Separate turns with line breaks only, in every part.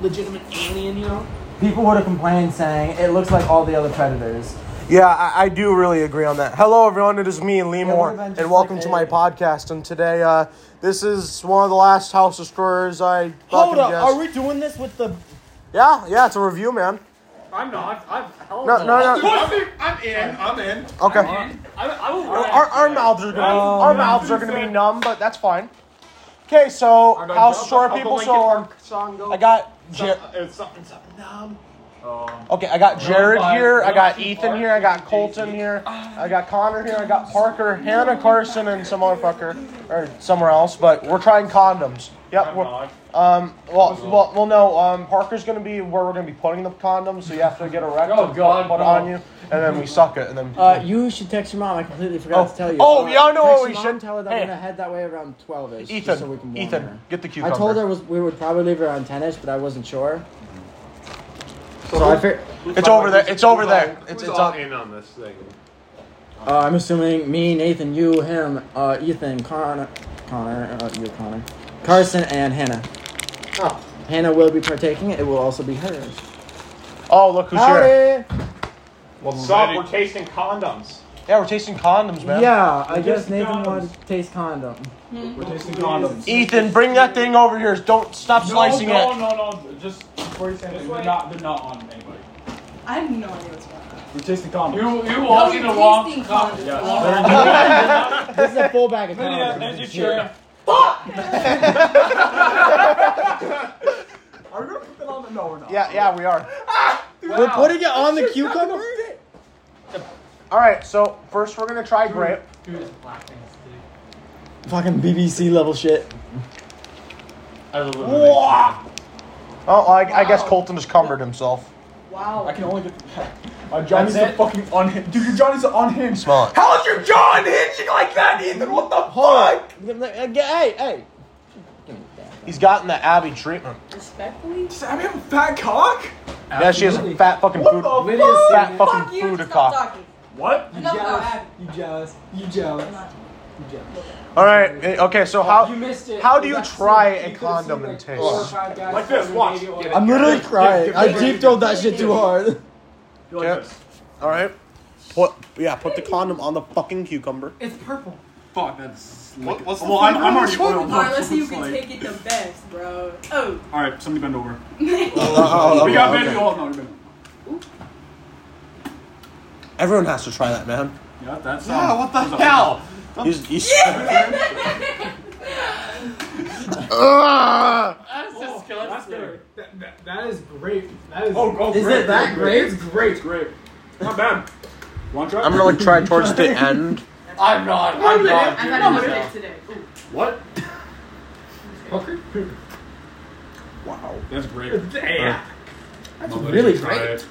legitimate alien, you know?
People would have complained saying it looks like all the other predators.
Yeah, I, I do really agree on that. Hello, everyone. It is me and Lee Moore,
what about just
and welcome
like
to my
a-
podcast. And today, uh, this is one of the last House Destroyers I fucking
Hold up,
guessed.
are we doing this with the?
yeah, yeah, it's a review, man.
I'm not. I'm hell
No, no,
Dude,
no.
I'm, in, I'm in. I'm in.
Okay.
I, I will.
Our, our mouths are gonna
Oh,
our
man.
mouths are gonna be numb, but that's fine. Okay, so House Destroyer people. So um, I got Jer-
It's something, something Oh, numb.
okay, I got Jared
by-
here. I
run
got
by
Ethan
Park
here. I got
and
Colton
JC.
here. I got Connor here. I got Parker, Hannah Carson, and some motherfucker or somewhere else. But we're trying condoms. Yep.
I'm
We're,
not.
Um, well, well, well, no. Um, Parker's gonna be where we're gonna be putting the condom, so you have to get erect
Oh,
and
God,
put it
no.
on you, and then we suck it, and then.
Uh, you should text your mom. I completely forgot
Oh.
to tell you.
Oh, yeah, I
text
know what
your
we
mom,
should-
Tell her that
hey.
we're gonna head that way around twelve ish.
Ethan,
so we can warn
Ethan,
her.
get the cucumber.
I told her was, we would probably leave her around ten ish, but I wasn't sure. So, I figured.
it's over there. It's over there. It's
Who's
it's
all
up.
in on this thing?
Uh, I'm assuming me, Nathan, you, him, uh, Ethan, Connor, Connor, uh, you, Connor, Carson, and Hannah.
Oh.
Hannah will be partaking. It will also be hers.
Oh, look who's here.
Howdy.
Stop. We're tasting condoms.
Yeah, we're tasting condoms, man.
Yeah, I guess
just
Nathan
condoms.
wanted to taste condom.
We're tasting condoms.
Ethan, bring that thing over here. Don't stop slicing
no,
it.
No, no, no. Just before you say anything, they're not, they're not on anybody.
I have no idea what's going on.
We're tasting condoms.
You you
Oh,
walk in
you're
the wrong.
tasting
yes.
condoms.
They're
This is a full bag of
yeah,
condoms.
there's your chair.
Are we gonna put that on the no or not?
Yeah, yeah, we are.
We're putting it on the cucumber.
All right, so first we're gonna try grape.
Fucking BBC level shit.
Oh, I, I guess Colton has cumbered himself.
Wow.
I can only get the back. My
Johnny's
Johnny's
That's it?
fucking unhinged. Dude, your Johnny's unhinginged.
Smell it.
How is your jaw unhinging like that, Ethan? What the
Hold
fuck?
on. Hey, hey. Give me that.
He's gotten the Abby treatment.
Respectfully?
Does Abby have a fat cock?
Yeah, she has a fat fucking food.
the
Lydia's
Fat
seen it.
fucking
Fuck you,
food
just
cock.
stop talking.
What?
Enough about
jealous.
Abby.
You jealous. You jealous.
I'm not.
You jealous.
All right. eh, Okay. So how
you missed it.
how do you
That's
try
it.
a
You could've
condom
seen,
and
like,
taste?
four or five guys
Like this,
fucking
watch.
video
Get
on it.
it.
I'm literally crying.
give me
I
the-
deep throat that shit too hard.
You
Yeah.
like this?
All right. Put yeah. Put the condom on the fucking cucumber.
It's purple.
Fuck, that's.
What- what's the
well, I'm,
flavor
I'm
of
already
chocolate?
oiled up.
Unless you
it's
can
like-
take it the best, bro. Oh.
Alright, somebody bend over.
Oh,
we
okay,
got
okay.
baby oil. No, you're bending.
Everyone has to try that, man.
Yeah, that's.
Yeah.
um,
What the
that's a-
hell?
He's, he's,
That's disgusting.
That, that, that is great. That is.
Oh, oh,
Is
great,
it that
It's
great?
great.
It's great. Not bad. Want to try?
I'm gonna like try towards the end.
I'm not. I'm not.
I'm
doing
having
that.
a today. Ooh.
What?
Hooker?
Wow.
That's great.
Yeah.
That's
really great.
It.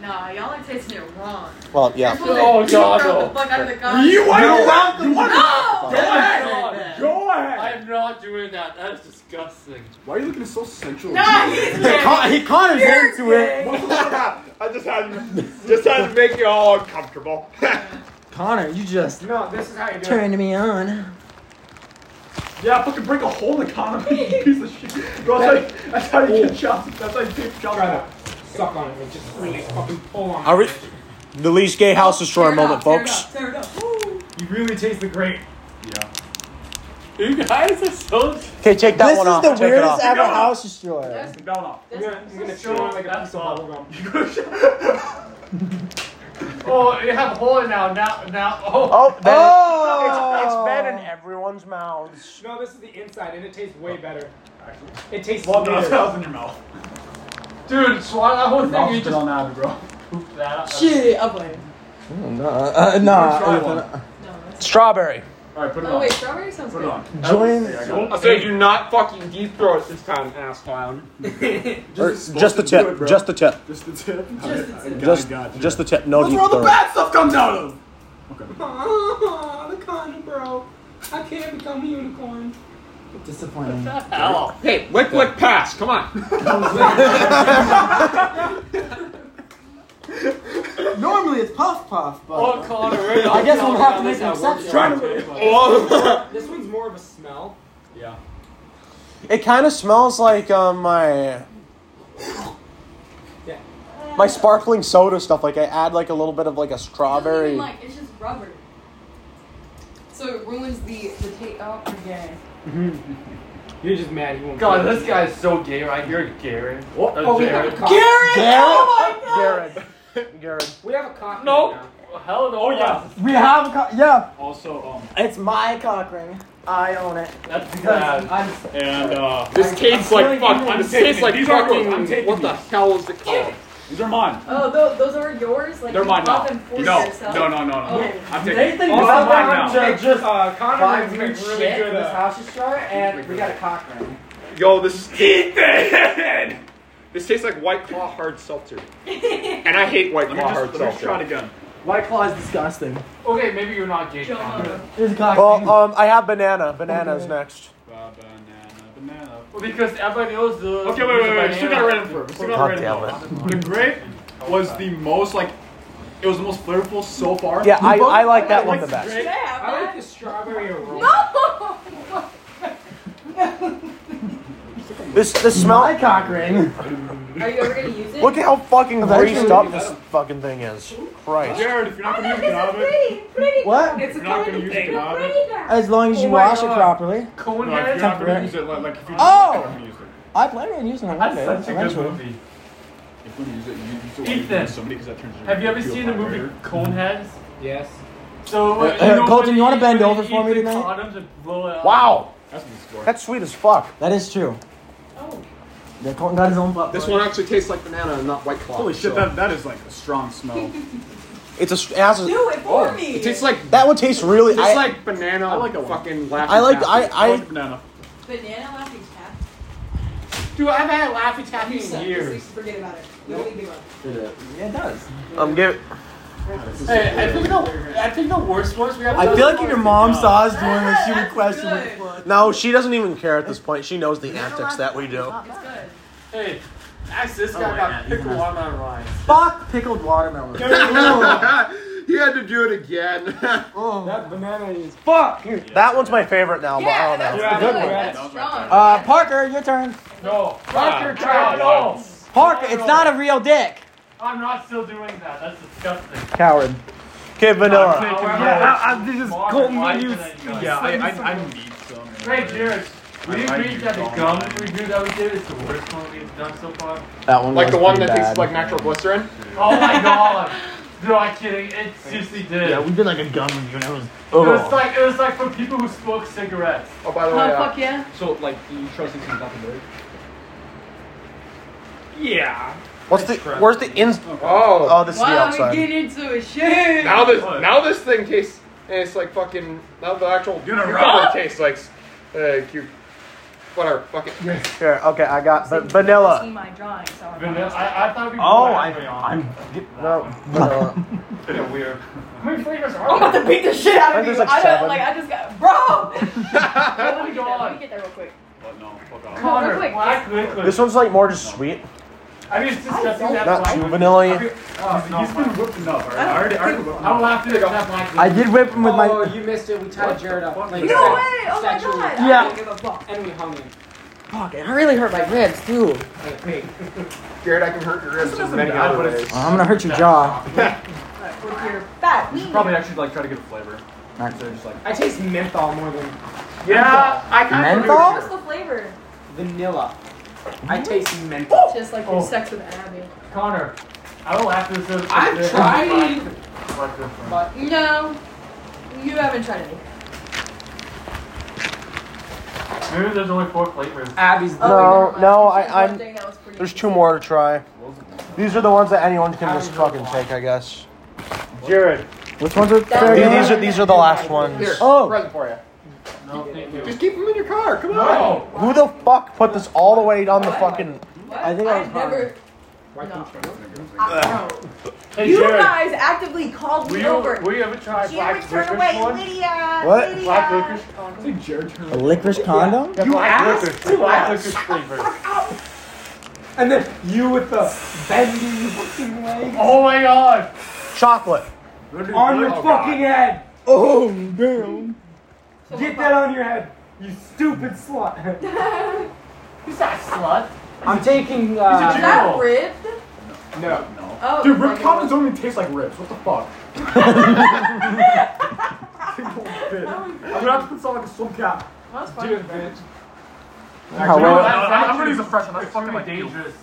Nah, y'all are tasting it wrong.
Well, yeah.
Oh, God, no.
The fuck out of the
Uh,
condom.
are allowed to want
No!
Go ahead.
Don't say that.
Go ahead.
I'm not doing that. That is disgusting.
Why are you looking so sensual?
Nah, he's gay.
He caught his into it.
I just had to, just had to make you all uncomfortable.
Connor, you just
No, this is how you do it.
turned me on.
Yeah, fucking break a hole in the condom, you piece of shit. Bro, that's, how, that's how you get shots. That's how you take shots.
Try that. Suck on it and just really fucking pull on
Are
it.
we, the least gay house
Tear
destroyer
it
moment,
up, tear it
folks.
up, tear it up. Woo.
You really taste the grape.
Yeah.
you guys are so.
Okay, take that
this
one
is
off.
the
take it
weirdest
off.
ever house destroyer.
That's-
Take that one off.
I'm
that's-
gonna, I'm gonna
that's
show
so-
on like a
that's
piece of
all.
bubblegum.
Oh, you have a hole now. Now, now. Oh.
Oh, then
Oh.
It, it's, it's been in everyone's mouths.
No, this is the inside and it tastes
Oh.
way better. It tastes
Well, no,
weirder.
that was in your mouth.
Dude, swallow that whole thing. You just
Mouth spit on Abby, bro.
pooped that up.
Shit, I'll blame.
No, uh,
Try
nah.
one.
No, that's.
Strawberry.
Alright, put it
Oh,
on.
wait, strawberry sounds
Put
good.
it on.
Join.
I
said
do not fucking deep throat this time, ass clown.
Or
Just,
just the tip. just the tip.
Just the tip.
Just the tip.
Just, just the tip. No
That's
deep
where all the
throat.
bad stuff comes out of. Okay.
Oh, the condom, bro. I can't become a unicorn.
Disappointing.
Ow. Hey, lick, lick, pass. Come on.
Normally it's puff puff, but
Oh, Connor. we're not
I guess
talking
we'll have
about
to make
this
an
at work.
exception.
Try to.
Oh.
This one's more of a smell.
Yeah.
It kind of smells like um, my my sparkling soda stuff. Like I add like a little bit of like a strawberry.
Like, it's just rubber. So it ruins the the taste. Oh, okay.
You're just mad you won't.
God, this guy's so gay right here, Garen. What?
Oh, we have a cock.
Garrett, Garrett, Garrett.
We have a cock.
No.
now.
Hell no.
Oh yeah.
We have, co- yeah.
Also, um,
It's my cock ring. I own it.
That's
Because
bad.
I'm,
and uh,
This tastes like fuck.
I'm
This
taking
tastes
it.
like
These are yours. I'm
fucking.
taking
What the
these.
hell is it called?
these are mine.
Oh, those, those are yours? Like,
They're
you
mine now.
bought them for
No,
yourself?
no, no, no, no.
Oh.
I'm
they think
taking. These are mine now.
that
Just, uh, Connor makes
buys weird
really
shit
good.
in this
Uh,
house store, and we got a cock ring.
Yo, this is Ethan. This tastes like White Claw hard seltzer, and I hate White
Let me
Claw hard
just let me try it
seltzer.
again.
White Claw is disgusting.
Okay, maybe you're not gay.
Joe Mama.
There's a cock ring.
Well, um, I have banana. Banana's next.
Ba- Banana, banana.
Because everybody knows the.
Okay, wait, wait, wait. We still got a random flavor. We still got a
God
random flavor. The grape was the most like, it was the most flavorful so far.
Yeah, I, I like that
I
one
like
the
the
best.
Should I
grape.
have
I like
that?
the strawberry aroma.
No!
This this
My
smell.
cock ring.
Are you ever gonna use it?
Look at how fucking
actually
greased up this fucking thing is. Christ.
Jared, if you're not gonna use
This
it, get out of
is
it.
pretty, pretty.
What?
It's a
You're not
kind
gonna
of
use it,
thing.
Bob.
Pretty bad.
As long as you
Oh my
wash it
God.
properly.
Cone
No, if you're
head.
not gonna
Temporary.
use it, like, like if you
Oh!
you're not gonna use it.
I plan on using it one day. eventually.
If you're gonna use it, you use it. when you're
Ethan,
with somebody because that turns. into
Have you ever
fuel
seen the movie
vibrator.
Coneheads?
Yes.
So,
Uh, uh, Colton, you wanna bend over for me tonight?
tonight?
Wow,
That's what this is for.
that's sweet as fuck.
That is true.
Oh.
Yeah, Colton got his own butt.
This one actually tastes like banana and not white claw.
Holy shit,
so-
that that is like a strong smell.
It's a. It has a
Do it for me!
It tastes like
that one tastes really.
It's
I,
like banana. I
like
like
that one.
fucking laughing.
I like. I.
Taffy.
I.
banana.
Banana laughing cat.
dude. I've had laughing taffy
You
in
suck.
years.
Forget about it. We don't need to go.
Yeah, it does.
Um,
I'm giving.
Hey, I think the I think the worst ones we have.
I feel like if your mom saw us doing this, she would
Ah, That's
question
good.
what the fuck.
No, she doesn't even care at this point. She knows the antics that we do.
It's good.
Hey, ask this guy about pickle watermelon rice.
Fuck pickled watermelon.
he had to do it again.
That banana is.
Fuck.
That one's my favorite now, but I
Yeah,
don't
that's
know.
Yeah,
good.
that's
That's
good.
strong.
Uh, Parker, your turn.
no,
Parker,
try no.
Parker, it's not a real dick.
I'm not still doing that. That's disgusting.
Coward.
Okay, vanilla.
I, I, this is
Water,
Colton
why
being
did
used-
I do that?
Yeah, I, I, I need some.
Hey, Jared. Would you
I- I
agree
do
that the
don't
gum
like-
review that we did is the worst one we've done so far?
That one
Like
was
the one
pretty
that
bad.
tastes like natural glycerin?
Oh my god! No, I'm kidding. It seriously did.
Yeah, we did like a gum review and it was.
It was like it was like for people who smoke cigarettes.
Oh, by the
Oh,
way, uh,
fuck yeah.
So, like, you trust these things not to break?
Yeah.
What's the? Where's the ins?
oh,
Oh, this is the
Wow, we
outside.
get into a shit.
now this now this thing tastes it's like fucking now the actual
You're gonna
cucumber
rub?
tastes like uh, cute. Whatever, fuck it.
Here, okay, I got
So
ba-
you can
vanilla.
See my drawing, so I'm
Vanilla. I, I thought we.
Oh,
were
I-
actually on.
I'm- No, vanilla.
weird.
How many flavors
I'm
are
about
there?
to beat the shit out
I think
of you.
there's like
I don't
seven.
like. I just got bro.
Oh
let,
my
me get that, let me
god.
get that real quick.
But no, fuck off.
Come on,
Connor,
real quick.
black liquid.
This one's like more just sweet,
I mean, it's disgusting. That
not
black
too
liquid.
vanilla.
Oh, no,
He's been whipping up, alright?
I
I already, I already
think-
whipped
I
him
will
up.
have to get that black liquid.
I did whip him with
oh,
my.
you missed it. We tied Jared up. Like,
No way! Oh my
Satchel.
god. I
Yeah.
don't give a fuck.
And we hung him.
Fuck, it really hurt my ribs too.
Like, wait.
Jared, I can hurt your ribs in many
bad,
other
but it's-
ways.
Oh, I'm gonna hurt your jaw.
Alright, we're here. Fat.
You should probably actually, like, try to get a flavor. Instead of just, like,
I taste menthol more than
Yeah, I kind of.
Menthol?
What's the flavor?
vanilla. I taste menthol.
Just like
Oh.
your sex with Abby.
Connor, I will have to. this-
I've
this-
tried it,
Like this one.
but
No, you haven't tried any.
Maybe there's only four flavors.
Abby's
Oh,
the
No,
wait,
no, I-
never mind. There's one
I'm-
thing that was pretty-
There's two more to try. These are the ones that anyone can just fucking take, I guess.
Jared.
Which ones are fair
These
game?
these are these are the last ones.
Here,
Oh.
present for you.
No, thank you.
Just keep them in your car. Come on.
No.
Who the fuck put this all the way on the fucking?
What?
I think I was
never.
Why
No.
can't you?
I, no.
Hey,
You
Jared.
guys actively called
Will
me
you,
over.
will you ever try
Jared,
black
turn
licorice
away,
one?
Lydia.
What?
Lydia.
Black licorice?
I think Jared turned
A licorice condom?
You black licorice. Black licorice flavor.
And then you with the bendy fucking leg
Oh my god.
Chocolate.
on your fucking head.
Oh, damn.
So
Get
what
that
about-
on your head, you stupid slut.
Who's that slut?
I'm taking.
uh,
Is that ribbed?
no,
No.
Oh,
Dude,
my
rib condoms
God.
don't even taste like ribs. What the fuck? Single bit. I'm gonna have to put something like a swim cap.
That's fucking bad.
How
You know what?
well?
I'm, I'm gonna use a fresh one. That's fucking like dangerous.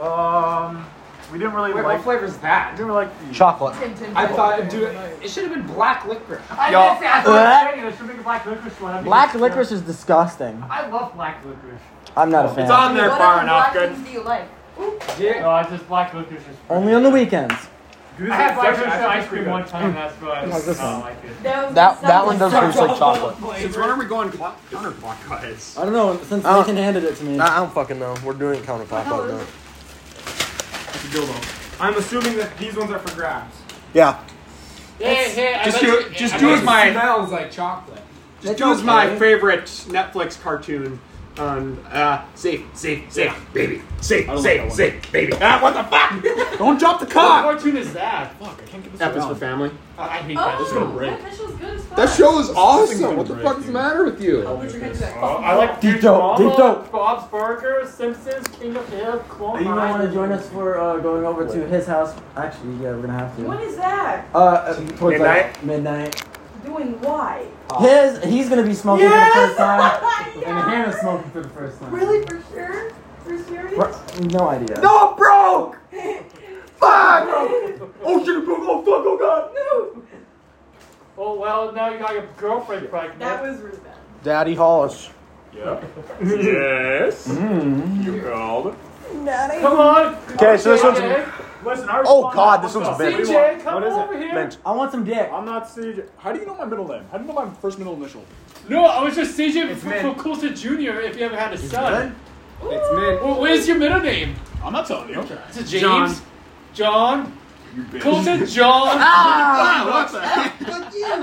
Um, we didn't really
Wait,
like.
what flavor is that?
didn't really like.
Chocolate.
I thought, dude, it should have been black liquor.
I
Y'all-
didn't say I thought it was I should make a black licorice one. I think
Black
it's-
licorice is disgusting.
I love black licorice.
I'm not a fan.
It's on there
what
far
other
enough.
black
Good.
things do you like?
Yeah.
No, I just black licorice. Is
Only on the weekends.
Dude, I had black licorice ice cream one time. That's why I did not like it.
That,
That
was
that
sounds
one does
like
taste like chocolate.
Since when are we going clock- counterclockwise?
I don't know. Since
Oh.
Nathan handed it to me,
I don't fucking know. We're doing it counterclockwise now.
I'm assuming that these ones are for grabs.
Yeah.
Just do, just do as
It
my,
smells like chocolate.
just do as my favorite Netflix cartoon. Um, uh, safe, safe, safe, baby, safe, safe, safe, baby. Ah, what the fuck? don't drop the cock. What cartoon is that? Fuck, I can't get this. F is for family.
I hate
Oh,
that. It's gonna break.
That show's good as fuck.
That show is awesome.
gonna
What the
break,
fuck is the
dude.
matter with
Oh,
you?
but you're gonna do that.
Uh, I like
Deep
Dude
dope,
Mama,
deep dope.
Bob's Burgers, Simpsons, King of Hill, Clone
you
High.
want to join us for uh, going over to his house? Actually, yeah, we're gonna have
What
to.
is that?
Uh, Uh, towards like
Midnight?
midnight.
Doing why?
His, he's gonna be smoking for the first time,
I know.
and Hannah's smoking for the first time.
Really, for sure? For serious?
We're- no idea.
No, I'm broke.
Oh shit, bro, oh fuck, oh god!
No!
Oh well, now you got your girlfriend pregnant.
That was really bad.
Daddy Hollis.
Yep. yes.
Mm-hmm.
You called.
Come on!
Okay, so this one's-
Listen, I already
Oh,
found
God,
out.
this
What's
one's
up?
big.
CJ, come
What is
over here!
Mint.
I want some dick.
I'm not CJ. How do you know my middle name? How do you know my first middle initial?
No, I was just CJ
It's
for,
mint.
for Coulter Jr. if you ever had a son.
It's mint.
Well, where's your middle name?
I'm not telling you. Okay.
Is it James? John?
You bitch.
Coulter John?
Ah, what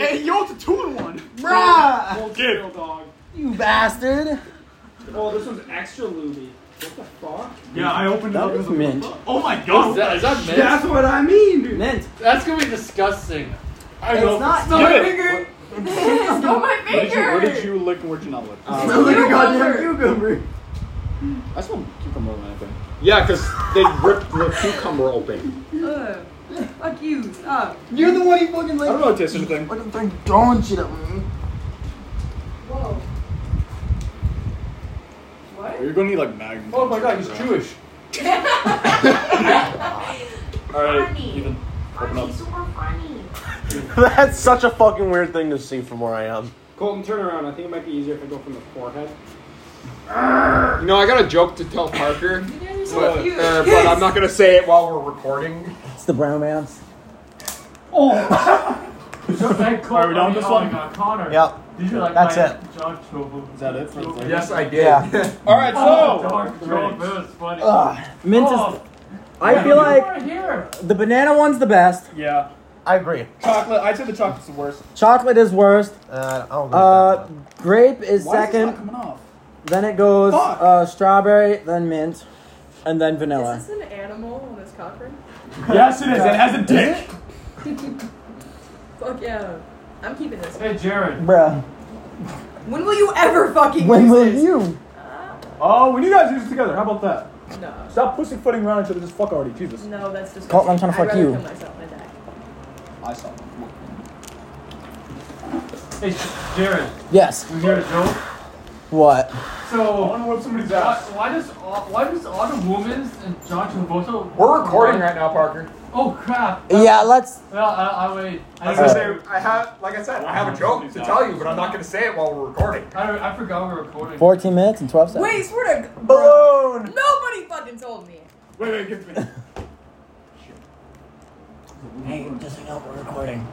the- Hey, yo, it's a two in one.
Bruh!
Old Bill dog.
You bastard!
Oh, this one's extra loomy. What the fuck?
Yeah, I opened it
That
up.
was mint.
Oh my
Is
god.
that, is that mint?
That's what I mean, dude.
Mint.
That's gonna be disgusting. I
It's
know.
not.
Stop
Give
it.
it.
Finger! Stole my
Where did, you,
finger!
where did you lick and where did you not lick? Um,
like a goddamn
cucumber.
I smell cucumber more than anything.
Yeah, because they ripped the cucumber open.
Ugh. Uh, Fuck you. Stop.
You're the one who fucking
I don't know if it tastes anything.
What if I don't shit at me?
Whoa. What?
You're gonna need like magnum.
Oh my god, he's Jewish.
Alright,
Funny.
even. Open up.
Funny, super funny.
That's such a fucking weird thing to see from where I am.
Colton, turn around. I think it might be easier if I go from the forehead.
You know, I got a joke to tell Parker,
You guys are so
but,
cute.
uh, but I'm not gonna say it while we're recording.
It's the bromance.
Are we done with this one?
Oh Connor.
Yep.
These are like
That's
my
it.
John Trouble.
Is that it for the flavor?
Yes, I did.
Yeah.
Alright,
Oh,
so.
dark joke. That was funny.
Ugh. Ah, Mint is.
Oh,
I feel
Oh.
like
here.
the banana one's the best.
Yeah.
I agree.
Chocolate. I'd say the chocolate's the worst.
Chocolate is worst.
Uh, I don't agree
Uh,
with that,
grape is
Why Is
second.
this not coming off?
Then it goes
Fuck.
uh, strawberry, then mint, and then vanilla.
Is this an animal on this conference?
Yes, it is. It has a dick.
Fuck yeah. I'm keeping this.
Hey, Jared.
Bruh.
When will you ever fucking
When
use
will
this?
you?
Oh, when you guys use it together, how about that?
No.
Stop pussyfooting around each other. Just fuck already. Jesus.
No, that's disgusting.
Colton, I'm trying to
I'd
fuck
rather
you.
kill myself than die.
I saw. it.
Hey, Jared.
Yes.
You hear a joke?
What?
I
So,
want to whip somebody's
why,
ass.
why does all, why does all the women's and John Travolta?
We're recording right now, Parker.
Oh crap!
Yeah, let's.
Well, I, I wait. I,
I,
don't-
Uh,
was gonna say, I have, like I said, I have a joke to tell you, but I'm not gonna say it while we're recording.
I, don't- I forgot we were recording.
14 minutes and 12 seconds.
Wait, swear to God.
Balloon.
Nobody fucking told me.
Wait, wait, give me.
Hey, just hang out, we're recording.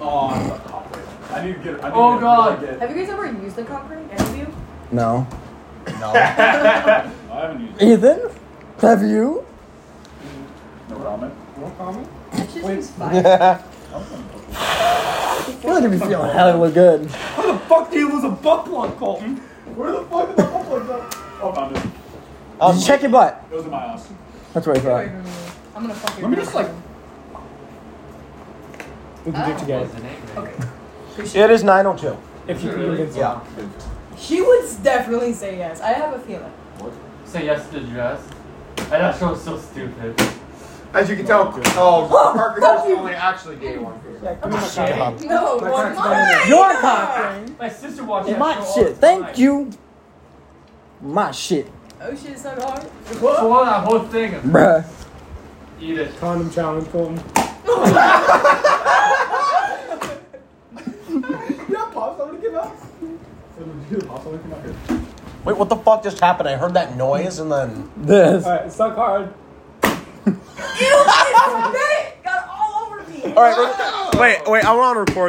Oh, I'm not copyright. I need to get. I need
Oh,
to get,
God.
Get,
Have you guys ever used a cop ring? Any of you?
No.
I haven't used. it.
Ethan? Have you?
No comment.
That shit seems fine.
I feel like you'd be feeling hella good.
Where the fuck do you lose a butt plug, Colton? Where the fuck did the butt plug go? Oh, found it.
I'll
Um,
check your butt.
It was in my ass.
That's where I
Get
thought.
away from me. I'm gonna fuck your
Let me just, like-
We can do it together.
Okay.
It is 902.
If you can get
Yeah.
She would definitely say yes. I have a feeling.
Say yes to the dress. I that show was so stupid.
As you can tell, oh, Parker Harris is the only actually gay one.
Yeah, give me my cock.
No,
My
one
cock's
mine.
Your cock ring.
My sister watched that
My
show all
shit.
the
Thank
time.
you. My shit,
Oh shit, it's not hard.
Swallow that whole thing.
bruh.
Eat it.
Condom challenge, Colton.
You know, pops, I'm gonna give up. You know, pops, I'm gonna give up.
Wait, what the fuck just happened? I heard that noise and then.
This.
Alright, suck hard.
You spit got all over me.
All right, wait, wait. I want to record.